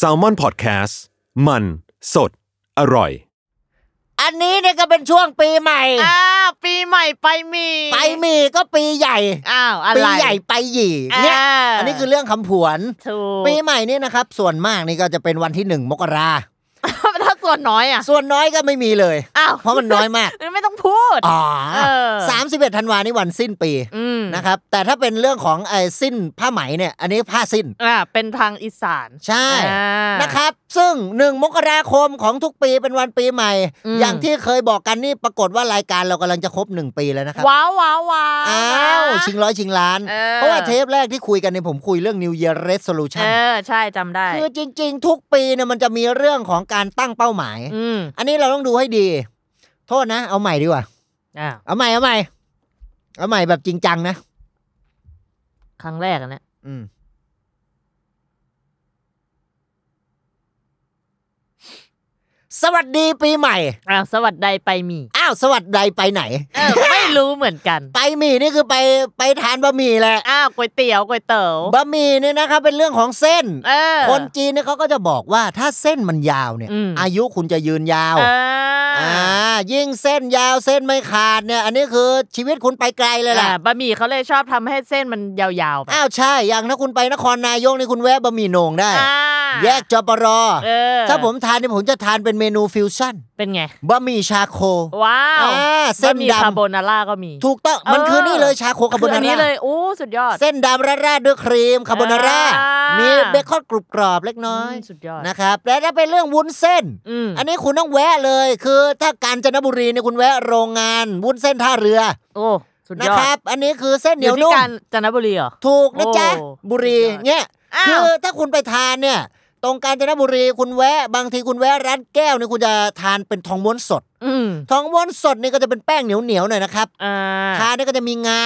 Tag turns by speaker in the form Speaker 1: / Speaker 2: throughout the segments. Speaker 1: s a l m o n PODCAST มันสดอร่อย
Speaker 2: อันนี้เนี่ยก็เป็นช่วงปีใหม่
Speaker 3: อ้าวปีใหม่ไปหมี
Speaker 2: ไปหมีก็ปีใหญ่
Speaker 3: อ้าวอะไร
Speaker 2: ปีใหญ่ไปหยี่เนี่ย
Speaker 3: อ่า
Speaker 2: อันนี้คือเรื่องคำผวน
Speaker 3: ถูก
Speaker 2: ปีใหม่เนี่ยนะครับ ส่วนมากนี่ก็จะเป็นวันที่หนึ่งมกรา
Speaker 3: ถ้าส่วนน้อยอ่ะ
Speaker 2: ส่วนน้อยก็ไม่มีเลย
Speaker 3: อ้าว
Speaker 2: เพราะมันน้อยมาก
Speaker 3: ไม่ต้องพูด
Speaker 2: อ๋อ
Speaker 3: เออ
Speaker 2: สามสิบเอ็ดธันวานี่วันสิ้นปี
Speaker 3: อืม
Speaker 2: นะครับ แต่ถ้าเป็นเรื่องของไอ้สิ้นผ้าไหมเนี่ยอันนี้ผ้าสิ้น
Speaker 3: อ่าเป็นทางอีสาน
Speaker 2: ใช่
Speaker 3: อ่า
Speaker 2: นะครับ ซึ่งหนึ่งมกราคมของทุกปีเป็นวันปีใหม่
Speaker 3: อืม
Speaker 2: อย่างที่เคยบอกกันนี่ปรากฏว่ารายการเรากำลังจะครบหนึ่งปีแล้วนะครับ
Speaker 3: ว้าวว้าวว้าว
Speaker 2: อ้าวชิงร้อยชิงล้าน
Speaker 3: เออ
Speaker 2: เพราะว่าเทปแรกที่คุยกันเนี่ยผมคุยเรื่อง New Year
Speaker 3: เอ
Speaker 2: Resolution
Speaker 3: อใช่จำได้
Speaker 2: คือจริงๆ ทุกปีเนี่ยมันจะมีเรื่องของการตั้งเป้าหมาย
Speaker 3: อืม
Speaker 2: อันนี้เราต้องดูให้ดี โทษนะ เอาใหม่ดีกว่า
Speaker 3: อ้าว
Speaker 2: เอาใหม่เอาใหม่เอาใหม่แบบจริงจังนะ
Speaker 3: ครั้งแรกอะเนี่ย
Speaker 2: อืมสวัสดีปีใหม่
Speaker 3: อ้าวสวัสดีไปหมี
Speaker 2: อ้าวสวัสดีไปไหน
Speaker 3: เอ อ ไม่รู้เหมือนกัน
Speaker 2: ไปหมี่นี่คือไปไปทานบะหมี่แหละ
Speaker 3: อ้าวก๋วยเตี๋ยวก๋วยเต๋ว
Speaker 2: บะหมี่เนี่ยนะครับเป็นเรื่องของเส้น
Speaker 3: เออ
Speaker 2: คนจีนเนี่ยเขาก็จะบอกว่าถ้าเส้นมันยาวเนี่ย
Speaker 3: อืม
Speaker 2: อายุคุณจะยืนยาว
Speaker 3: เออ
Speaker 2: อ่ายิ่งเส้นยาวเส้นไม่ขาดเนี่ย อันนี้คือชีวิตคุณไปไกลเลยล่ะ
Speaker 3: อ่าบะหมี่เขาเลยชอบทำให้เส้นมันยาวๆไป
Speaker 2: อ้าวใช่ อย่างถ้าคุณไปนครนายกนี่คุณแวะบะหมี่โหนงได้
Speaker 3: อ่า
Speaker 2: แยกจปร
Speaker 3: เออ
Speaker 2: ถ้าผมทานเนี่ยผมจะทานเป็นเมนูฟิวชั่น
Speaker 3: เป็นไง
Speaker 2: บะหมี่ชาโค
Speaker 3: ว้าว
Speaker 2: อ่าเส้น
Speaker 3: บะหมี่
Speaker 2: ดำ
Speaker 3: คาโบนาร่าก็มี
Speaker 2: ถูกต้องมัน
Speaker 3: เออ
Speaker 2: คือนี่เลยชาโคคาโบ
Speaker 3: คืออั
Speaker 2: นาน
Speaker 3: นี้เล
Speaker 2: ร่าย
Speaker 3: โอ้สุดยอด
Speaker 2: เส้นดำราดราดด้วยครีมคาโบนาร่า
Speaker 3: อ่ามี
Speaker 2: มีเบคอนกรุบกรอบเล็กน้อย
Speaker 3: มสุดยอด
Speaker 2: นะครับและถ้าเป็นเรื่องวุ้นเส้น
Speaker 3: อืม
Speaker 2: อันนี้คุณต้องแวะเลย คือถ้ากาญจนบุรีเนี่ยคุณแวะโรงงานวุ้นเส้นท่าเรือ
Speaker 3: โอ้สุด
Speaker 2: นะ
Speaker 3: ยอด
Speaker 2: ครับ อันนี้คือเส้นเหนียว
Speaker 3: ที่
Speaker 2: นุ่ม
Speaker 3: กาญจนบุรีเหรอ
Speaker 2: ถูกนะจ๊ะ
Speaker 3: โอ้
Speaker 2: บุรี
Speaker 3: สุดยอด
Speaker 2: เนี่ย
Speaker 3: อ้าว
Speaker 2: คือถ้าคุณไปทานเนี่ย ตรงกาญจนบุรีคุณแวะบางทีคุณแวะร้านแก้วเนี่ยคุณจะทานเป็นทองม้วนสด
Speaker 3: อืม
Speaker 2: ทองม้วนสดนี่ก็จะเป็นแป้งเหนียวเหนียวๆหน่อยนะครับ
Speaker 3: อ่า
Speaker 2: ทานเนี่ยก็จะมีงา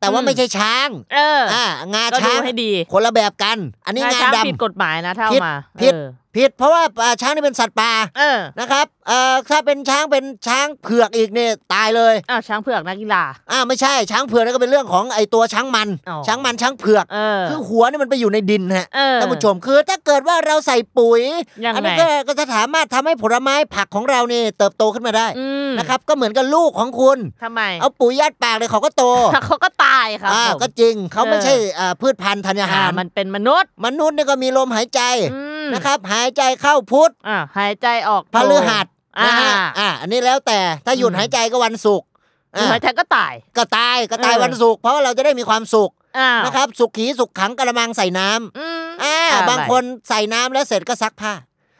Speaker 2: แต่ว่า
Speaker 3: อืม
Speaker 2: ไม่ใช่ช้าง
Speaker 3: เอออ
Speaker 2: อ่างา
Speaker 3: ก็ดู
Speaker 2: ช้าง
Speaker 3: ให้ดี
Speaker 2: คนละแบบกัน อันนี้งา
Speaker 3: ช้างผิด
Speaker 2: ดำ
Speaker 3: กฎหมายนะถ้าเอา
Speaker 2: ผิด
Speaker 3: มา
Speaker 2: ผิด
Speaker 3: เออ
Speaker 2: ผิดเพราะว่าอ่าช้างนี่เป็นสัตว์ป่า
Speaker 3: เออ
Speaker 2: นะครับเอ่อถ้าเป็นช้างเป็นช้างเผือกอีกเนี่ยตายเลย
Speaker 3: อ้าวช้างเผือกนักกีฬา
Speaker 2: อ่าไม่ใช่ช้างเผือกนั่นก็เป็นเรื่องของไอตัวช้างมัน
Speaker 3: อ๋อ
Speaker 2: ช้างมันช้างเผือก
Speaker 3: เออ
Speaker 2: คือหัวเนี่ยมันไปอยู่ในดินฮะ
Speaker 3: เออ
Speaker 2: ท่านผู้ชมคือถ้าเกิดว่าเราใส่ปุ๋ย
Speaker 3: ยังไง
Speaker 2: อันี้ก็ก็จะสามารถทำให้ผลไม้ผักของเราเนี่ยเติบโตขึ้นมาได้
Speaker 3: อืม
Speaker 2: นะครับ ก็เหมือนกับลูกของคุณ
Speaker 3: ทำไม
Speaker 2: เอาปุ๋ยยัดปากเลยเขาก็โต
Speaker 3: เขาก็ตายครับ
Speaker 2: อ่า
Speaker 3: ผม
Speaker 2: ก็จริงเขาไม่
Speaker 3: เออ
Speaker 2: ใช่อ่าพืชพันธุ์ธัญญา
Speaker 3: อ่า
Speaker 2: หาร
Speaker 3: มันเป็นมนุษย์
Speaker 2: มนุษย์เนี่ยก็มีลมหายใจ
Speaker 3: อืม
Speaker 2: นะครับ หายใจเข้าพุทธ
Speaker 3: อ่าหายใจออก
Speaker 2: พฤหัส
Speaker 3: อ่า
Speaker 2: นะฮะอ่าอันนี้แล้วแต่ถ้าหยุดหายใจก็วันศุกร์อ่า
Speaker 3: หายใจก็ตาย
Speaker 2: ก็ตายก็ตาย
Speaker 3: เออ
Speaker 2: วันศุกร์เพราะว่าเราจะได้มีความสุข
Speaker 3: อ้าว
Speaker 2: นะครับสุขีสุขขังกระมังใส่น้ำ
Speaker 3: อืม
Speaker 2: อ่า
Speaker 3: อะไร
Speaker 2: บางคนใส่น้ำแล้วเสร็จก็ซักผ้า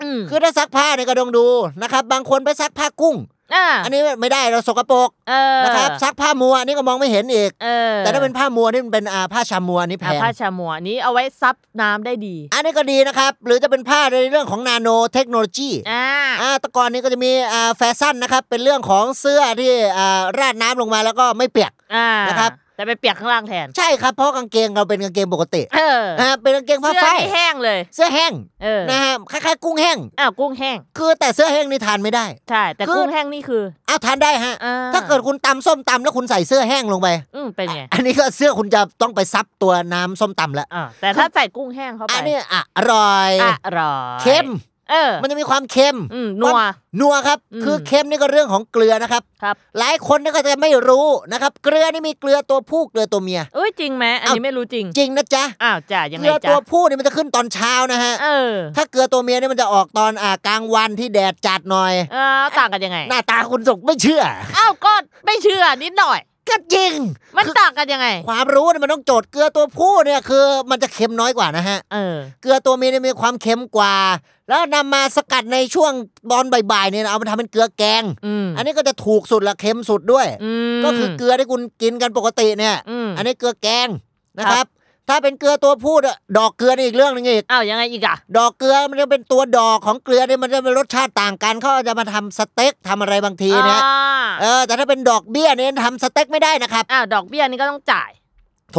Speaker 3: อืม
Speaker 2: คือถ้าซักผ้าเนี่ยก็ต้องดูนะครับ บางคนไปซักผ้ากุ้ง
Speaker 3: อ่า
Speaker 2: อันนี้ไม่ได้เราสกปรก
Speaker 3: เออ
Speaker 2: นะครับ ซักผ้ามัวอันนี่ก็มองไม่เห็นอีก
Speaker 3: เออ
Speaker 2: แต่ถ้าเป็นผ้ามัวนี่มันเป็นอ่าผ้าชามัวอันนี่แพ
Speaker 3: อ่ะ
Speaker 2: ง
Speaker 3: ผ้าชามัวนี้เอาไว้ซับน้ำได้ดี
Speaker 2: อันนี้ก็ดีนะครับ หรือจะเป็นผ้าในเรื่องของนาโนเทคโนโลยี
Speaker 3: อ่า
Speaker 2: อ่าแตะกอนนี้ก็จะมีอ่าแฟชั่นนะครับ เป็นเรื่องของเสื้อที่อ่าราดน้ำลงมาแล้วก็ไม่เปียก
Speaker 3: อ่า
Speaker 2: นะครับ
Speaker 3: แต่ไปเปียกข้างล่างแทน
Speaker 2: ใช่ครับเพราะกางเกงเราเป็นกางเกงปกติ
Speaker 3: เออ
Speaker 2: อ่าเป็นกางเกงผ้า
Speaker 3: เสื้อ
Speaker 2: ฝ้าย
Speaker 3: นี่แห้งเลย
Speaker 2: เสื้อแห้ง
Speaker 3: เออ
Speaker 2: นะฮะคล้ายๆกุ้งแห้ง
Speaker 3: อ้าวกุ้งแห้ง
Speaker 2: คือแต่เสื้อแห้งนี่ทานไม่ได้
Speaker 3: ใช่แต่
Speaker 2: คือ
Speaker 3: กุ้งแห้งนี่คือ
Speaker 2: อ้าวทานได้ฮะ
Speaker 3: อ่
Speaker 2: ถ้าเกิดคุณตำส้มตำแล้วคุณใส่เสื้อแห้งลงไป
Speaker 3: อืมเป็นไง
Speaker 2: อันนี้ก็เสื้อคุณจะต้องไปซับตัวน้ำส้มตำแล้ว
Speaker 3: อ่าแต่ถ้าใส่กุ้งแห้งเข้าไป
Speaker 2: อันนี้อ่ะอร่อย
Speaker 3: อร่อย
Speaker 2: เค็ม
Speaker 3: เออ
Speaker 2: มันจะมีความเค็ม
Speaker 3: อืมนัว
Speaker 2: ความ นัวครับ
Speaker 3: อืม
Speaker 2: คือเค็มนี่ก็เรื่องของเกลือนะครับ
Speaker 3: ครับ
Speaker 2: หลายคนนี่ก็จะไม่รู้นะครับ เกลือนี่มีเกลือตัวผู้เกลือตัวเมีย
Speaker 3: เอ้ยจริงไหมอันนี้ไม่รู้จริง
Speaker 2: จริงนะจ๊ะ
Speaker 3: อ้าวจ้ะยัง
Speaker 2: เก
Speaker 3: ไง
Speaker 2: ลือตั
Speaker 3: จ้ะ
Speaker 2: วผู้นี่มันจะขึ้นตอนเช้านะฮะ
Speaker 3: เออ
Speaker 2: ถ้าเกลือตัวเมียนี่มันจะออกตอนอ่ากลางวันที่แดดจัดหน่อย
Speaker 3: เออต่างกันยังไง
Speaker 2: หน้าตาคุณสุกไม่เชื่อ
Speaker 3: อ้าวก็ไม่เชื่อนิดหน่อย
Speaker 2: ก็จริง
Speaker 3: มันต่างกันยังไง
Speaker 2: ความรู้เนี่ยมันต้องโจทย์เกลือตัวผู้เนี่ยคือมันจะเค็มน้อยกว่านะฮะ
Speaker 3: เออ
Speaker 2: เกลือตัวเมียเนี่ยมีความเค็มกว่า แล้วนำมาสกัดในช่วงบอนบ่ายๆเนี่ยนะเอามาทำเป็นเกลือแกง
Speaker 3: อืม
Speaker 2: อันนี้ก็จะถูกสุดละเค็มสุดด้วย
Speaker 3: อืม
Speaker 2: ก็คือเกลือที่คุณกินกันปกติเนี่ย
Speaker 3: อืม
Speaker 2: อันนี้เกลือแกงนะครับ ถ้าเป็นเกลือตัวพูดอะดอกเกลือนี่อีกเรื่องหนึงอีก
Speaker 3: อ้าวยังไงอีกอ่ะ
Speaker 2: ดอกเกลือมันจะเป็นตัวดอกของเกลือเนี่ยมันจะเป็นรสชาติต่างกันเขาอาจจะมาทำสเต็กทำอะไรบางทีนะ
Speaker 3: อ่า
Speaker 2: เออแต่ถ้าเป็นดอกเบี้ยเนี่ยทำสเต็กไม่ได้นะครับ
Speaker 3: อ้าวดอกเบี้ยนี่ก็ต้องจ่าย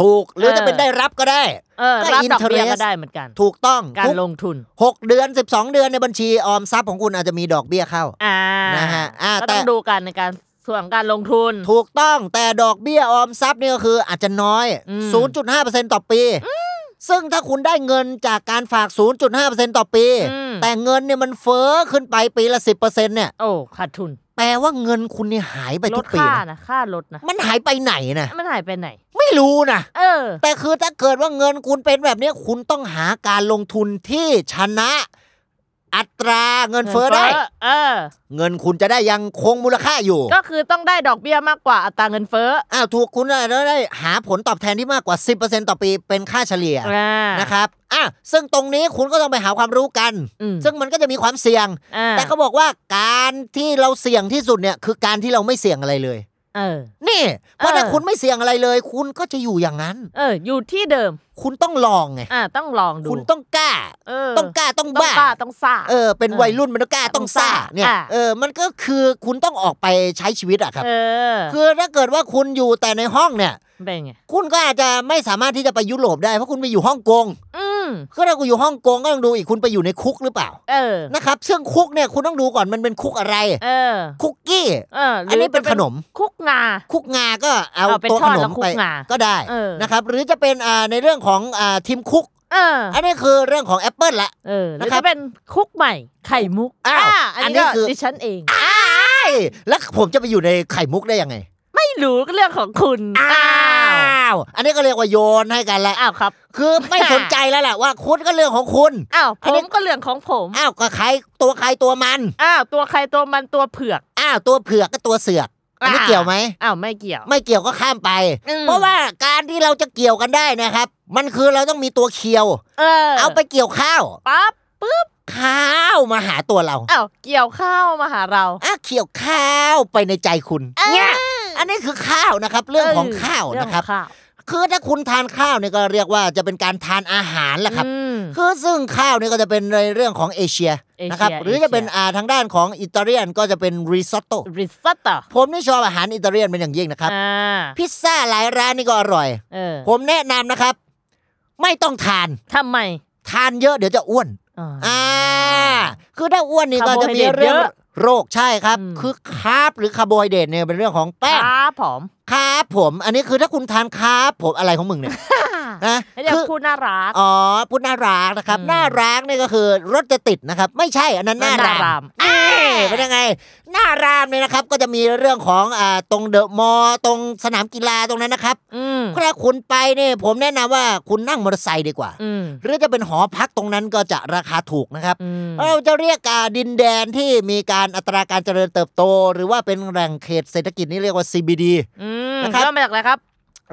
Speaker 2: ถูกหรือ
Speaker 3: เออ
Speaker 2: จะเป็นได้รับก็ได้
Speaker 3: เออ
Speaker 2: ก็
Speaker 3: รับดอกเบี้ย
Speaker 2: interest
Speaker 3: ก็ได้เหมือนกัน
Speaker 2: ถูกต้อง
Speaker 3: การ
Speaker 2: ทุก
Speaker 3: ลงทุน
Speaker 2: หกเดือน 12 เดือนในบัญชีออมทรัพย์ของคุณอาจจะมีดอกเบี้ยเข้า
Speaker 3: อ่า
Speaker 2: นะฮะอ่า
Speaker 3: ก็
Speaker 2: แต่
Speaker 3: ต้องดูกันในการส่วนของการลงทุน
Speaker 2: ถูกต้องแต่ดอกเบี้ยออมทรัพย์เนี่ยก็คืออาจจะน้อย
Speaker 3: อืม
Speaker 2: 0.5%ต่อปี ซึ่งถ้าคุณได้เงินจากการฝาก 0.5%ต่อปี
Speaker 3: อืม
Speaker 2: แต่เงินเนี่ยมันเฟ้อขึ้นไปปีละ 10%เนี่ย
Speaker 3: โอ้ขาดทุน
Speaker 2: แปลว่าเงินคุณเนี่ยหายไป
Speaker 3: ล
Speaker 2: ทุ
Speaker 3: ด
Speaker 2: กปี
Speaker 3: ค่า
Speaker 2: นะ
Speaker 3: นะค่าลดนะ
Speaker 2: มันหายไปไหนนะ
Speaker 3: มันหายไปไหน
Speaker 2: ไม่รู้นะ
Speaker 3: เออ
Speaker 2: แต่คือถ้าเกิดว่าเงินคุณเป็นแบบเนี้ยคุณต้องหาการลงทุนที่ชนะ อัตราเงินเฟ้อได้
Speaker 3: เออ
Speaker 2: เงินคุณจะได้ยังคงมูลค่าอยู่
Speaker 3: ก็คือต้องได้ดอกเบี้ยมากกว่าอัตราเงินเฟ้อ
Speaker 2: อ้าวถูกคุณอาจจะได้หาผลตอบแทนที่มากกว่า 10%ต่อปีเป็นค่าเฉลี่ย
Speaker 3: อ่า
Speaker 2: นะครับอ่ะซึ่งตรงนี้คุณก็ต้องไปหาความรู้กัน
Speaker 3: อืม
Speaker 2: ซึ่งมันก็จะมีความเสี่ยง
Speaker 3: อ่า
Speaker 2: แต่เขาบอกว่าการที่เราเสี่ยงที่สุดเนี่ยคือการที่เราไม่เสี่ยงอะไรเลย
Speaker 3: เออ
Speaker 2: นี่เพราะ
Speaker 3: เออ
Speaker 2: ถ้าคุณไม่เสี่ยงอะไรเลย คุณก็จะอยู่อย่างนั้น
Speaker 3: เออ อยู่ที่เดิม
Speaker 2: คุณต้องลองไง
Speaker 3: อ่า ต้องลองดู
Speaker 2: คุณต้องกล้า
Speaker 3: เออ
Speaker 2: ต้องกล้าต้อง
Speaker 3: ต้อง
Speaker 2: บ้า
Speaker 3: กล้าต้องซ่า
Speaker 2: เออเป็น
Speaker 3: เออ
Speaker 2: วัยรุ่นมันต้องกล้า
Speaker 3: ต้
Speaker 2: ต้อ
Speaker 3: อง ง
Speaker 2: ซ่า
Speaker 3: ซ่า
Speaker 2: เนี่ย
Speaker 3: อ่ะ
Speaker 2: เออมันก็คือคุณต้องออกไปใช้ชีวิตอะครับ
Speaker 3: เออ
Speaker 2: คือถ้าเกิดว่าคุณอยู่แต่ในห้องเนี่ย
Speaker 3: เป็นไง
Speaker 2: คุณก็อาจจะไม่สามารถที่จะไปยุโรปได้ เพราะคุณไปอยู่ฮ่องกง
Speaker 3: อืม
Speaker 2: คือถ้าคุณอยู่ฮ่องกงก็ต้องดูอีกคุณไปอยู่ในคุกหรือเปล่า
Speaker 3: เออ
Speaker 2: นะครับซึ่งคุกเนี่ยคุณต้องดูก่อนมันเป็นคุกอะไร
Speaker 3: เออ
Speaker 2: คุกกี้
Speaker 3: เออหรื
Speaker 2: อันนี้เป็น
Speaker 3: จะ
Speaker 2: ขนม
Speaker 3: คุกงา
Speaker 2: คุกงาก็เอา
Speaker 3: เอาไป
Speaker 2: ตัว
Speaker 3: ท
Speaker 2: ข
Speaker 3: อด
Speaker 2: น
Speaker 3: แล้
Speaker 2: ม
Speaker 3: วคุก
Speaker 2: ไป
Speaker 3: งา
Speaker 2: ก็ได้
Speaker 3: เออ
Speaker 2: นะครับหรือจะเป็นอ่าในเรื่องของอ่าทีมคุก
Speaker 3: เออ
Speaker 2: อันนี้คือเรื่องของแอปเปิลละ
Speaker 3: เออ แล้ว
Speaker 2: นะครั
Speaker 3: ก็
Speaker 2: บ
Speaker 3: เป็นคุกใหม่ ไข่มุก
Speaker 2: อ้าว
Speaker 3: อัน
Speaker 2: อันนี้
Speaker 3: นี้ก็
Speaker 2: คือ
Speaker 3: ดิฉันเอง
Speaker 2: ไอ้แล้วผมจะไปอยู่ในไข่มุกได้ยังไง
Speaker 3: ไม่รู้ก็เรื่องของคุณ
Speaker 2: อ้าว อันนี้ก็เรียกว่าโยนให้กันละ
Speaker 3: อ้าวครับ
Speaker 2: คือไม่สนใจแล้วแหละว่าคุณก็เรื่องของคุณ
Speaker 3: อ้าว
Speaker 2: อั
Speaker 3: ผ
Speaker 2: นนี้
Speaker 3: มก็เรื่องของผม
Speaker 2: อ้าวก็ใครตัวใครตัวมัน
Speaker 3: อ้าว ตัวใครตัวมันตัวเผือก
Speaker 2: อ้าวตัวเผือกก็ตัวเสือก อันนี้
Speaker 3: อ่า
Speaker 2: เกี่ยวไหม
Speaker 3: อ้าว ไม่เกี่ยว
Speaker 2: ไม่เกี่ยวก็ข้ามไป
Speaker 3: อืม
Speaker 2: เพราะว่าการที่เราจะเกี่ยวกันได้นะครับ มันคือเราต้องมีตัวเคียว
Speaker 3: เออ
Speaker 2: เอาไปเกี่ยวข้าว
Speaker 3: ปั๊บปึ๊บ
Speaker 2: ข้าวมาหาตัวเรา
Speaker 3: อ้าว เกี่ยวข้าวมาหาเรา
Speaker 2: อ้าวเกี่ยวข้าวไปในใจคุณ เนี่ย อันนี้คือข้าวนะครับ เรื่องของข้าว
Speaker 3: เอ
Speaker 2: นะ
Speaker 3: ง
Speaker 2: ครับ
Speaker 3: ของข้าว
Speaker 2: คือถ้าคุณทานข้าวเนี่ยก็เรียกว่าจะเป็นการทานอาหารแหละครับ
Speaker 3: อืม
Speaker 2: คือซึ่งข้าวเนี่ยก็จะเป็นในเรื่องของเอเชีย
Speaker 3: เอเชีย
Speaker 2: นะครับหรือ
Speaker 3: เอเชีย
Speaker 2: จะเป็นอ่าทางด้านของอิตาเลียนก็จะเป็นริซอตโต้
Speaker 3: ริซอตโต้
Speaker 2: ผมนี่ชอบอาหารอิตาเลียนเป็นอย่างยิ่งนะครับ
Speaker 3: อ่า
Speaker 2: พิซซ่าหลายร้านนี่ก็อร่อย
Speaker 3: เออ
Speaker 2: ผมแนะนำนะครับ ไม่ต้องทาน
Speaker 3: ทำไม
Speaker 2: ทานเยอะเดี๋ยวจะอ้วน
Speaker 3: อ่า
Speaker 2: อ่าคือถ้าอ้วนนี่ก็จะมีเรื่อง
Speaker 3: คาร์โบไฮเดรตเยอะ
Speaker 2: โรคใช่ครับ
Speaker 3: อืม
Speaker 2: คือคาร์บหรือคาร์โบไฮเดรตเนี่ยเป็นเรื่องของแป้ง
Speaker 3: ครับผม
Speaker 2: คาร์บผม อันนี้คือถ้าคุณทานคาร์บผมอะไรของมึง เนี่ยนะ
Speaker 3: แล้วจะ
Speaker 2: คือ
Speaker 3: พูดน่ารัก
Speaker 2: อ๋อพูดน่ารักนะครับ
Speaker 3: อืม
Speaker 2: น่ารักนี่ก็คือรถจะติดนะครับ ไม่ใช่อันนั้นหน้าราม
Speaker 3: หน้าราม
Speaker 2: เอ้ยเป็นยังไงหน้ารามเนี่ยนะครับก็จะมีเรื่องของอ่าตรงเดอะมอลล์ตรงสนามกีฬาตรงนั้นนะครับ
Speaker 3: ืม
Speaker 2: ถ้าคุณไปเนี่ยผมแนะนำว่าคุณนั่งมอเตอร์ไซค์ดีกว่า
Speaker 3: อืม
Speaker 2: หรือจะเป็นหอพักตรงนั้นก็จะราคาถูกนะครับ
Speaker 3: อืม
Speaker 2: เราจะเรียกอ่าดินแดนที่มีการอัตราการเจริญเติบโต หรือว่าเป็นแหล่งเขตเศรษฐกิจนี่เรียกว่า CBD
Speaker 3: อืม
Speaker 2: นะครับ
Speaker 3: แล้วมาจากอะไรครับ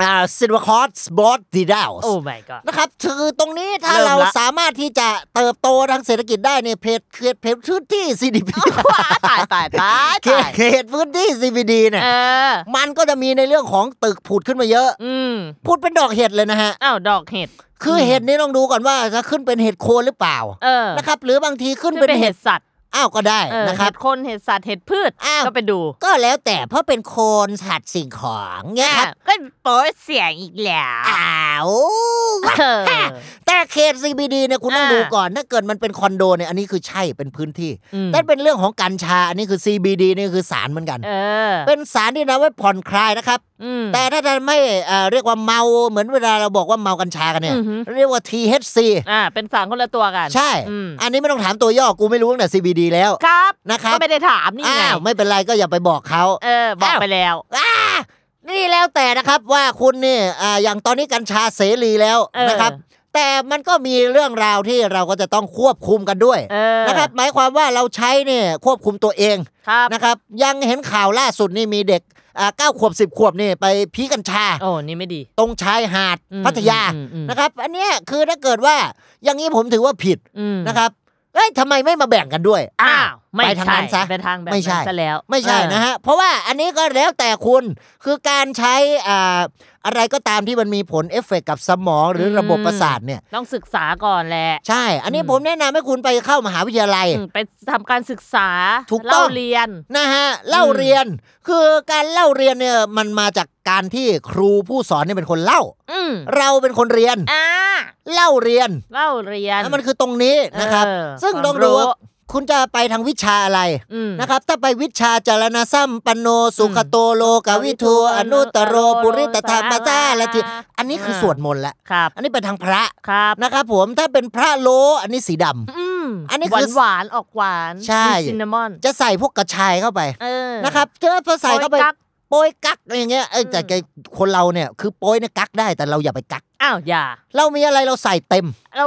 Speaker 2: อ่าซิลวาคอสบอสดีดาว
Speaker 3: โอ้ my god
Speaker 2: นะครับคือตรงนี้ถ้า
Speaker 3: เริ่มละ
Speaker 2: เราสามารถที่จะเติบโตทางเศรษฐกิจได้ในเพจเขตเพจพื้นที่ CDP
Speaker 3: ว้าตายตายตาย
Speaker 2: เขต
Speaker 3: ตาย
Speaker 2: เขตพื้นที่ CBD เนี่ย
Speaker 3: เออ
Speaker 2: มันก็จะมีในเรื่องของตึกผุดขึ้นมาเยอะ
Speaker 3: อืม
Speaker 2: พูดเป็นดอกเห็ดเลยนะฮะ
Speaker 3: อ้าวดอกเห็ด
Speaker 2: คือ
Speaker 3: ม
Speaker 2: เห็ดนี้ต้องดูก่อนว่าจะขึ้นเป็นเห็ดโคนหรือเปล่า
Speaker 3: เออ
Speaker 2: นะครับหรือบางทีขึ้น
Speaker 3: ซึ่ง
Speaker 2: เป็นเห็ด
Speaker 3: สัตว์
Speaker 2: อ้าวก็ได้
Speaker 3: เออ
Speaker 2: นะครับ
Speaker 3: เห็ดคนเห็ดสัตว์เห็ดพืช
Speaker 2: อ้าว
Speaker 3: ก็ไปดู
Speaker 2: ก็แล้วแต่เพราะเป็นโคนสัตว์สิ่งของเนี่ยครับ
Speaker 3: ก็โป๊เสียงอีกแล้ว
Speaker 2: อ้าววะ
Speaker 3: เออ
Speaker 2: แต่เขต CBD เนี่ยคุณต้อง
Speaker 3: อ่า
Speaker 2: ดูก่อนถ้าเกิดมันเป็นคอนโดเนี่ยอันนี้คือใช่เป็นพื้นที่
Speaker 3: อืม
Speaker 2: นั่นเป็นเรื่องของกัญชา อันนี้คือ CBD นี่คือสารเหมือนกัน
Speaker 3: เออ
Speaker 2: เป็นสารที่นะไว้ผ่อนคลายนะครับ
Speaker 3: อืม
Speaker 2: แต่ถ้าจะไม่เอ่อเรียกว่าเมาเหมือนเวลาเราบอกว่าเมากัญชากันเนี่ย
Speaker 3: อือฮึ
Speaker 2: เรียกว่า THC
Speaker 3: อ่า เป็นสารคนละตัวกัน
Speaker 2: ใช่
Speaker 3: อืม
Speaker 2: อันนี้ไม่ต้องถามตัวย่อ กูไม่รู้ตั้งแต่ CBD แล้ว
Speaker 3: ครับ
Speaker 2: นะครับ
Speaker 3: ก็ไม่ได้ถามนี่
Speaker 2: อ้า
Speaker 3: ไง
Speaker 2: ว ไม่เป็นไรก็อย่าไปบอกเขา
Speaker 3: เออ บอก
Speaker 2: อ้าว
Speaker 3: ไปแล้ว
Speaker 2: อ้านี่แล้วแต่นะครับว่าคุณเนี่ยอ่าอย่างตอนนี้กัญชาเสรีแล้ว
Speaker 3: เออ
Speaker 2: นะครับ แต่มันก็มีเรื่องราวที่เราก็จะต้องควบคุมกันด้วย
Speaker 3: เออ
Speaker 2: นะครับ หมายความว่าเราใช้เนี่ยควบคุมตัวเอง
Speaker 3: ครับ
Speaker 2: นะครับยังเห็นข่าวล่าสุดนี่มีเด็กอ่าเก้าขวบสิบขวบนี่ไปพีกัญชา
Speaker 3: โอ้นี่ไม่ดี
Speaker 2: ตรงชายหาด
Speaker 3: อืม
Speaker 2: พัทยา
Speaker 3: อืมอืม
Speaker 2: นะครับ อันเนี้ยคือถ้าเกิดว่าอย่างนี้ผมถือว่าผิด
Speaker 3: อืม
Speaker 2: นะครับเอ้ยทำไมไม่มาแบ่งกันด้วย
Speaker 3: อ้าว ไม่
Speaker 2: ไปทางนั้นซะ
Speaker 3: เป็นทางแบบ
Speaker 2: ไม่ใช่
Speaker 3: นั้นซะแล้ว
Speaker 2: ไม่ใช่
Speaker 3: เออ
Speaker 2: นะฮะ เพราะว่าอันนี้ก็แล้วแต่คุณคือการใช้อ่าอะไรก็ตามที่มันมีผลเอฟเฟกต์กับสมองหรือระบบประสาทเนี่ย
Speaker 3: ต้องศึกษาก่อนแหละ
Speaker 2: ใช่ อันนี้
Speaker 3: อืม
Speaker 2: ผมแนะนำให้คุณไปเข้ามหาวิทยาลัย
Speaker 3: อืมไปทำการศึกษา
Speaker 2: ถูกต้
Speaker 3: เล่า
Speaker 2: อง
Speaker 3: เรียน
Speaker 2: นะฮะเล่า
Speaker 3: อืม
Speaker 2: เรียน คือการเล่าเรียนเนี่ยมันมาจากการที่ครูผู้สอนเนี่ยเป็นคนเล่า
Speaker 3: อืม
Speaker 2: เราเป็นคนเรียน
Speaker 3: อ่า
Speaker 2: เล่าเรียน
Speaker 3: เล่าเรียน
Speaker 2: แล้วมันคือตรงนี้นะครับ
Speaker 3: เออ
Speaker 2: ซึ่ง
Speaker 3: ความ
Speaker 2: ต้องดูว่า
Speaker 3: รู้
Speaker 2: คุณจะไปทางวิชาอะไร
Speaker 3: อืม
Speaker 2: นะครับ ถ้าไปวิชาจารณสัมปันโนสุขโตโลกวิทูอนุตตโรปุริตธรรมตาละทีอันนี้คือสวดมนต์ละ
Speaker 3: ครับ
Speaker 2: อันนี้ไปทางพระ
Speaker 3: ครับ
Speaker 2: นะครับ ผมถ้าเป็นพระโลอันนี้สีดำ
Speaker 3: อืม
Speaker 2: อันนี้
Speaker 3: หวา
Speaker 2: คื
Speaker 3: น
Speaker 2: อ
Speaker 3: หวานๆออกหวาน
Speaker 2: ใช่
Speaker 3: มีซินนามอน
Speaker 2: จะใส่พวกกระชายเข้าไป
Speaker 3: เออ
Speaker 2: นะครับเจอพอใส่เข้าไป
Speaker 3: โปรย
Speaker 2: โปยกั
Speaker 3: กั๊ก
Speaker 2: กอะไรอย่างเงี้ยเอ้ย
Speaker 3: อืม
Speaker 2: แต่แกคนเราเนี่ยคือโปยเนี่ยกักได้แต่เราอย่าไปกัก
Speaker 3: อ้าวอย่า
Speaker 2: เรามีอะไรเราใส่เต็ม
Speaker 3: เรา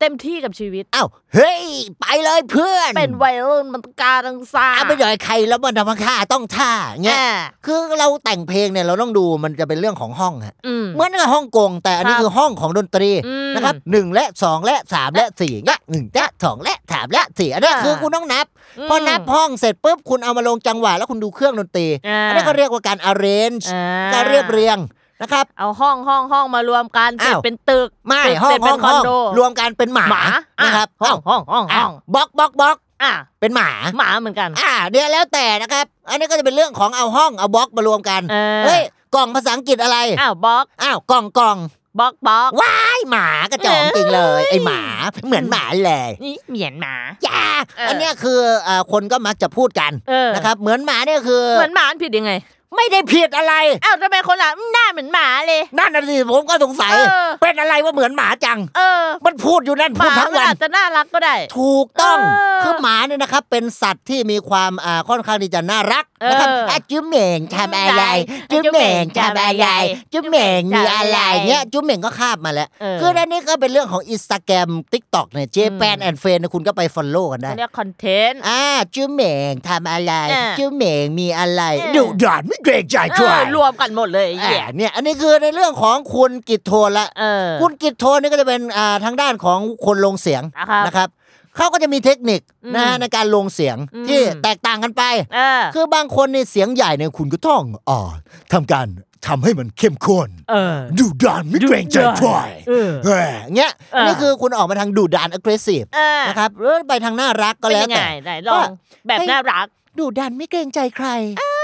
Speaker 3: เต็มที่กับชีวิต
Speaker 2: อ้าวเฮ้ย ไปเลยเพื่อน
Speaker 3: เป็นวัยรุ่นมันต้องการทังซา
Speaker 2: อาไปหน่อยใครแล้วมันทำค่าต้องท่าเงี้ย
Speaker 3: อ่า
Speaker 2: คือเราแต่งเพลงเนี่ยเราต้องดูมันจะเป็นเรื่องของห้องฮะ
Speaker 3: อืม
Speaker 2: เหมือนกับฮ่องกงแต่อันนี้
Speaker 3: ครับ
Speaker 2: คือห้องของดนตรี
Speaker 3: อืม
Speaker 2: นะครับหนึ่งและสองและสามและสี่และหนึ่งและสองและสามและสี่อันนี้
Speaker 3: อ่า
Speaker 2: คือคุณต้องนับ
Speaker 3: ม
Speaker 2: พอนับห้องเสร็จปุ๊บคุณเอามาลงจังหวะแล้วคุณดูเครื่องดนตรี
Speaker 3: อ่า
Speaker 2: อันนี้เขาเรียกว่าการ arrange
Speaker 3: อ่
Speaker 2: การเรียบเรียงนะครับ
Speaker 3: เอาห้องห้องห้องมารวมกันเสร็
Speaker 2: อ้า
Speaker 3: จ
Speaker 2: ว
Speaker 3: เป็นตึก
Speaker 2: ไม่
Speaker 3: ตึก
Speaker 2: ห้อ
Speaker 3: เสร็
Speaker 2: ง
Speaker 3: จ
Speaker 2: ห้
Speaker 3: เป็
Speaker 2: อน ง
Speaker 3: คอ
Speaker 2: ห้อ
Speaker 3: น
Speaker 2: ง
Speaker 3: โด
Speaker 2: รวมกันเป็นหมา
Speaker 3: หมาอ่
Speaker 2: นะครับ
Speaker 3: ห้อง
Speaker 2: เ
Speaker 3: ห้องห้อง
Speaker 2: อ้า
Speaker 3: ห้
Speaker 2: ว
Speaker 3: อง
Speaker 2: บล็อกบล็อกบล็อก
Speaker 3: อ่ะ
Speaker 2: เป็นหมา
Speaker 3: หมาเหมือนกัน
Speaker 2: อ่าเดี๋ยวแล้วแต่นะครับ อันนี้ก็จะเป็นเรื่องของเอาห้องเอาบล็อกมารวมกัน
Speaker 3: เออ
Speaker 2: เฮ้ยกล่องภาษาอังกฤษอะไร
Speaker 3: อ้าวบล็อก
Speaker 2: อ้าวกล่องกล่อง
Speaker 3: บล็อกบล็อก
Speaker 2: ว้ายหมากระจอกจริงเลยไอหมาเหมือนหมาเลย
Speaker 3: นี่เหมียนหมา
Speaker 2: ย่า
Speaker 3: เอออั
Speaker 2: อันเนี้ยคือเอ่อคนก็มักจะพูดกัน
Speaker 3: เออ
Speaker 2: นะครับเหมือนหมาเนี่ยคือ
Speaker 3: เหมือนหมามันผิดยังไง
Speaker 2: ไม่ได้ผิดอะไร
Speaker 3: อ้าวทำไมคนละหน้าเหมือนหมาเลย
Speaker 2: นั่นน่ะสิผมก็สงสัย
Speaker 3: เออ
Speaker 2: เป็นอะไรว่าเหมือนหมาจัง
Speaker 3: เออ
Speaker 2: มันพูดอยู่นั่น
Speaker 3: ห
Speaker 2: พู
Speaker 3: มา
Speaker 2: ดทั้ง
Speaker 3: มัน
Speaker 2: วัน
Speaker 3: อาจจะน่ารักก็ได้
Speaker 2: ถูกต้อง
Speaker 3: เออ
Speaker 2: คือหมาเนี่ยนะครับ เป็นสัตว์ที่มีความอ่าค่อนข้างที่จะน่ารัก
Speaker 3: เออ
Speaker 2: นะครับะจุ๊บเหม่งทำอะไร จุ๊บเหม่งทำอะไรจุ๊บเหม่งมีอะไรเงี้ยจุ๊บเหม่งก็คาบมาแล้ว
Speaker 3: เออ
Speaker 2: คืออันนี้ก็เป็นเรื่องของอินสตาแกรมทิกตอกเนี่ยเจแปน
Speaker 3: อืม
Speaker 2: แอนเฟนยคุณก็ไปฟอลโล่กันได้
Speaker 3: เขาเรียกคอนเทนต์
Speaker 2: อ่าจุ๊บเหม่งทำอะไร
Speaker 3: เออ
Speaker 2: จุ๊บเหม่งมีอะไร
Speaker 3: เออ
Speaker 2: ดุดานไม่เกรงใจใคร
Speaker 3: เออรวมกันหมดเลยไอ้
Speaker 2: อ่า
Speaker 3: เหี้ย
Speaker 2: เนี่ยอันนี้คือในเรื่องของคุณกิตโทนละ
Speaker 3: เออ
Speaker 2: คุณกิตโทนนี่ก็จะเป็นอ่าทางด้านของคนลงเสียง
Speaker 3: นะครับ
Speaker 2: นะครับเขาก็จะมีเทคนิค
Speaker 3: อืม
Speaker 2: นะฮะในการลงเสียง
Speaker 3: อืม
Speaker 2: ที่แตกต่างกันไป
Speaker 3: เออ
Speaker 2: คือบางคนในเสียงใหญ่เนี่ยคุณก็ต้องอ่าทำการทำให้มันเข้มข้น
Speaker 3: เออ
Speaker 2: ดูดานไม่เกรงใจใคร
Speaker 3: เออ
Speaker 2: เฮ้ยเงี้ย
Speaker 3: เออ
Speaker 2: นี่คือคุณออกมาทางดูดาน aggressive
Speaker 3: เออ
Speaker 2: นะครับหรือไปทางน่ารักก็แล้วแต่
Speaker 3: เป็นยังไงไหนลองแบบ
Speaker 2: ให้
Speaker 3: น่ารัก
Speaker 2: ดูดันไม่เกรงใจใคร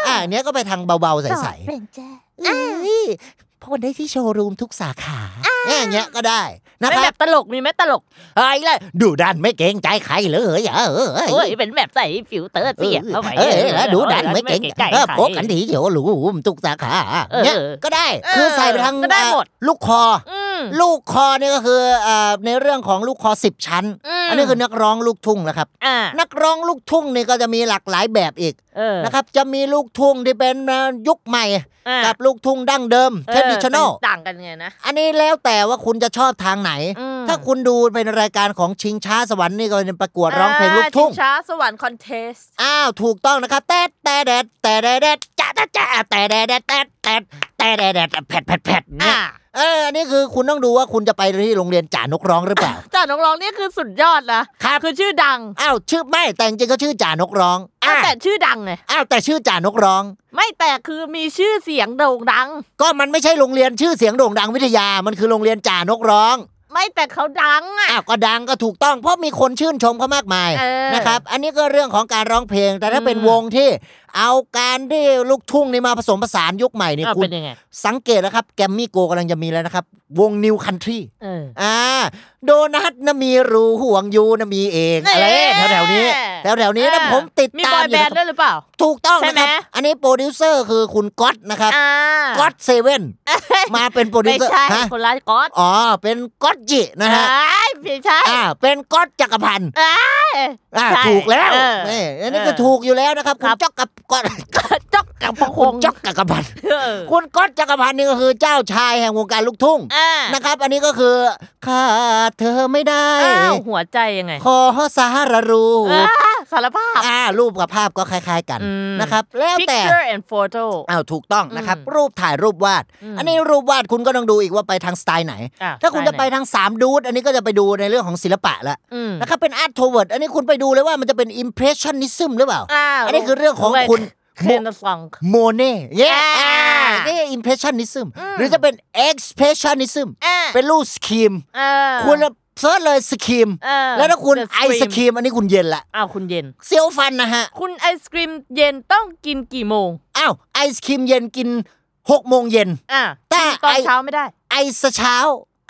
Speaker 2: อ่าเนี้ยก็ไปทางเบาๆใสๆ
Speaker 3: เป็นแจ้
Speaker 2: เอ้ยพอนได้ที่โชว์รูมทุกสาขาเนี่ยอย่างเงี้ยก็ได้นะ
Speaker 3: เป็น
Speaker 2: ค
Speaker 3: แบ
Speaker 2: รับบ
Speaker 3: ตลกมีไหมตลก
Speaker 2: ไอ้ล่ะดูดันไม่เกรงใจใครเลยอ่ะเออ
Speaker 3: โอ้ยเป็นแบบใส่ฟิลเตอร์เสียบเข้าไป
Speaker 2: เออแล้วดูดันไม่เกรง
Speaker 3: ใจ
Speaker 2: เออ
Speaker 3: ใคร
Speaker 2: พบกันที่โชว์รูมทุกสาขา
Speaker 3: เออ
Speaker 2: เนี่ยก็ได้
Speaker 3: เออ
Speaker 2: คือใส่ไปทั้ง
Speaker 3: ก็ได้หมด
Speaker 2: ลูกคออ
Speaker 3: อืม
Speaker 2: ลูกคอเนี่ยก็คืออ่าในเรื่องของลูกคอสิบชั้น
Speaker 3: ม
Speaker 2: อันนี้คือนักร้องลูกทุ่งนะครับ
Speaker 3: อ่า
Speaker 2: นักร้องลูกทุ่งนี่ก็จะมีหลากหลายแบบอีก
Speaker 3: เออ
Speaker 2: นะครับ จะมีลูกทุ่งที่เป็นยุคใหม่
Speaker 3: อ่า
Speaker 2: กับลูกทุ่งดั้งเดิม
Speaker 3: เออ
Speaker 2: traditional
Speaker 3: มันต่างกันไงนะ
Speaker 2: อันนี้แล้วแต่ว่าคุณจะชอบทางไหน
Speaker 3: อืม
Speaker 2: ถ้าคุณดูเป็นรายการของชิงช้าสวรรค์นี่ก็เป็นประกวดร้องเพลงลูกทุ่ง
Speaker 3: าชิช้าสวรรค์คอนเทสต์
Speaker 2: อ้าวถูกต้องนะครับ แต่แต่แดดแต่แดดแดดจ้าจ้าจ้าแต่แดดแดดแต่แต่แต่แดดแดดแผดแผดแผดเนี่ย
Speaker 3: อ่า
Speaker 2: เอออันนี้คือคุณต้องดูว่าคุณจะไปที่โรงเรียนจ่านกร้องหรือเปล่า
Speaker 3: แต่น้องร้องนี่คือสุดยอดนะครับ คือชื่อดัง
Speaker 2: อ้าวชื่อไม่แต่จริงๆก็ชื่อจ่านกร้องอ้าว
Speaker 3: แต่ชื่อดังไง
Speaker 2: อ้าวแต่ชื่อจ่านกร้อง
Speaker 3: ไม่แต่คือมีชื่อเสียงโด่งดัง
Speaker 2: ก็มันไม่ใช่โรงเรียนชื่อเสียงโด่งดังวิทยามันคือโรงเรียนจ่านกร้อง
Speaker 3: ไม่แต่เขาดังอ่ะ
Speaker 2: อ้าวก็ดังก็ถูกต้องเพราะมีคนชื่นชมเขามากมาย
Speaker 3: เออ
Speaker 2: นะครับ อันนี้ก็เรื่องของการร้องเพลง แต่ถ้า
Speaker 3: อืม
Speaker 2: เป็นวงที่เอาการที่ลูกทุ่งนี่มาผสมผสานยุคใหม่นี่
Speaker 3: อ้าว
Speaker 2: คุ
Speaker 3: เป็
Speaker 2: ณ
Speaker 3: นยังไง
Speaker 2: สังเกตนะครับ แกมมี่โกกำลังจะมีแล้วนะครับ วงนิวคันทรี
Speaker 3: เออ
Speaker 2: อ่าโดนัทนะมีรูห่วงยูนะมีเองอะไร
Speaker 3: เอ๊ะ
Speaker 2: แถวๆนี้ แถวๆนี้นะผมติด
Speaker 3: มี
Speaker 2: ตา
Speaker 3: บ
Speaker 2: ม
Speaker 3: อย
Speaker 2: อ
Speaker 3: แบ
Speaker 2: ยู่
Speaker 3: นด์ด้วยหรือเปล่า
Speaker 2: ถูกต้องนะครับ
Speaker 3: ใช่ไหม
Speaker 2: อันนี้โปรดิวเซอร์คือคุณก๊อตนะครับ
Speaker 3: อ่า
Speaker 2: ก๊อตเซเว่น มาเป็นโปรดิว
Speaker 3: ไม่
Speaker 2: เซอร์
Speaker 3: ใช่
Speaker 2: ฮะ
Speaker 3: คนละก๊อต
Speaker 2: อ๋อเป็นก๊อตจินะฮะ
Speaker 3: อ้ายไม่ใช่
Speaker 2: อ่าเป็นก๊อตจักรพันธ์
Speaker 3: เอ้ย
Speaker 2: อ่า
Speaker 3: ใช่
Speaker 2: ถูกแล้ว
Speaker 3: เออ
Speaker 2: นี่อันนี้ก็
Speaker 3: เออ
Speaker 2: ถูกอยู่แล้วนะครับ
Speaker 3: ค
Speaker 2: คุ
Speaker 3: รั
Speaker 2: ณ
Speaker 3: บ
Speaker 2: จ๊อกกับก๊อต
Speaker 3: จอกกับพระ ค
Speaker 2: คุณ
Speaker 3: ง
Speaker 2: จ๊อกจักรพันธ์
Speaker 3: เออ
Speaker 2: คุณก๊อตจักรพันธ์นี่ก็คือเจ้าชายแห่งวงการลูกทุ่ง
Speaker 3: อ่า
Speaker 2: นะครับ อันนี้ก็คือขาดเธอไม่ได้
Speaker 3: อ้าวหัวใจยังไง
Speaker 2: ขอสารรูป
Speaker 3: อ่า สารภาพ
Speaker 2: อ่ารูปกับภาพก็คล้าย ๆกัน
Speaker 3: อืม
Speaker 2: นะครับ แล้วแต่
Speaker 3: picture and photo
Speaker 2: อ้าวถูกต้องนะครับ
Speaker 3: อืม
Speaker 2: รูปถ่ายรูปวาด
Speaker 3: อืม
Speaker 2: อันนี้รูปวาดคุณก็ต้องดูอีกว่าไปทางสไตล์ไหน
Speaker 3: อ่
Speaker 2: ถ้าคุณจะไปทางสามดูดอันนี้ก็จะไปดูในเรื่องของศิลปะละ
Speaker 3: อืม
Speaker 2: นะครับเป็นอาร์ตโทเวิร์ดอันนี้คุณไปดูเลยว่ามันจะเป็นอิมเพรสชันนิซึมหรือเปล่า
Speaker 3: อ่า
Speaker 2: อันนี้คือเรื่องของคุณ
Speaker 3: เคนซอง
Speaker 2: โมเน่เย่
Speaker 3: อ่า
Speaker 2: นี่อิมเพรสชันนิซึม
Speaker 3: อืม
Speaker 2: หรือจะเป็นเอ็กซ์เพรสชันนิซึม
Speaker 3: อ่า
Speaker 2: เป็นรูปสคีม
Speaker 3: เออ
Speaker 2: คุณเซิร์ชเลยสคีม
Speaker 3: เออ
Speaker 2: แล้วถ้าคุณ
Speaker 3: The
Speaker 2: ไอ
Speaker 3: Scream
Speaker 2: สคีมอันนี้คุณเย็นละ
Speaker 3: อ้าวคุณเย็น
Speaker 2: เซียวฟันนะฮะ
Speaker 3: คุณไอศกรีมเย็นต้องกินกี่โมง
Speaker 2: อ้าวไอศครีมเย็นกินหกโมงเย็น
Speaker 3: อ่า
Speaker 2: แต่
Speaker 3: ตอน
Speaker 2: ไอ้
Speaker 3: เช้าไม่ได้
Speaker 2: ไอสเช้า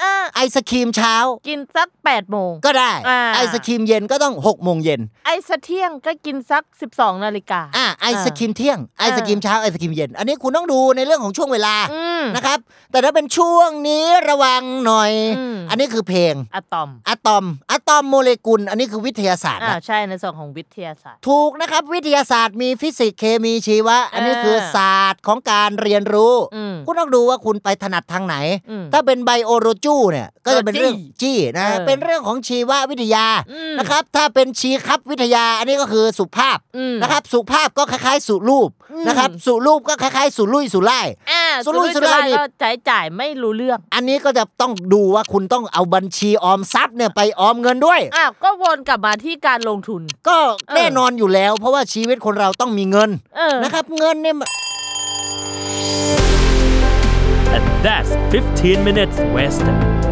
Speaker 3: อ่า
Speaker 2: ไอศครีมเช้า
Speaker 3: กินสักแปดโมง
Speaker 2: ก็ได้
Speaker 3: อ่า
Speaker 2: ไอศครีมเย็นก็ต้องหกโมงเย็น
Speaker 3: ไอสะเที่ยงก็กินสักสิบสองนาฬิกา
Speaker 2: อ่าไอศครีมเที่ยงไอศครีมเช้าไอศครีมเย็น อันนี้คุณต้องดูในเรื่องของช่วงเวลา
Speaker 3: อืม
Speaker 2: นะครับ แต่ถ้าเป็นช่วงนี้ระวังหน่อย
Speaker 3: อืม
Speaker 2: อันนี้คือเพลง
Speaker 3: อะตอม
Speaker 2: อะตอม อะตอมโมเลกุล อันนี้คือวิทยาศาสตร์
Speaker 3: อ่า
Speaker 2: นะ
Speaker 3: ใช่ในส่วนของวิทยาศาสตร์
Speaker 2: ถูกนะครับวิทยาศาสตร์มีฟิสิกส์เคมีชีวะ อันนี้
Speaker 3: เออ
Speaker 2: คือศาสตร์ของการเรียนรู้
Speaker 3: อืม
Speaker 2: คุณต้องดูว่าคุณไปถนัดทางไหน
Speaker 3: อืม
Speaker 2: ถ้าเป็นไบโอโรจูเนี่ยก็จะเป็นเรื่อง
Speaker 3: จี้
Speaker 2: จี้นะ
Speaker 3: เออ
Speaker 2: เป็นเรื่องของชีววิทยา
Speaker 3: อืม
Speaker 2: นะครับถ้าเป็นชีครับวิทยาอันนี้ก็คือสุภาพ
Speaker 3: อืม
Speaker 2: นะครับสุภาพก็คล้ายๆสุรูป
Speaker 3: อืม
Speaker 2: นะครับสุรูปก็คล้ายๆสุรุ่ยสุร่าย
Speaker 3: อ่า
Speaker 2: สุรุ่ยสุร่ายนี่
Speaker 3: ก็จ่ายจ่ายไม่รู้เรื่อง
Speaker 2: อันนี้ก็จะต้องดูว่าคุณต้องเอาบัญชีออมทรัพย์เนี่ยไปออมเงินด้วย
Speaker 3: อ้าวก็วนกลับมาที่การลงทุน
Speaker 2: ก็
Speaker 3: เออ
Speaker 2: แน่นอนอยู่แล้ว เพราะว่าชีวิตคนเราต้องมีเงิน
Speaker 3: เออ
Speaker 2: นะครับ เงินเนี่ยมัน
Speaker 4: And that's 15 minutes wasted.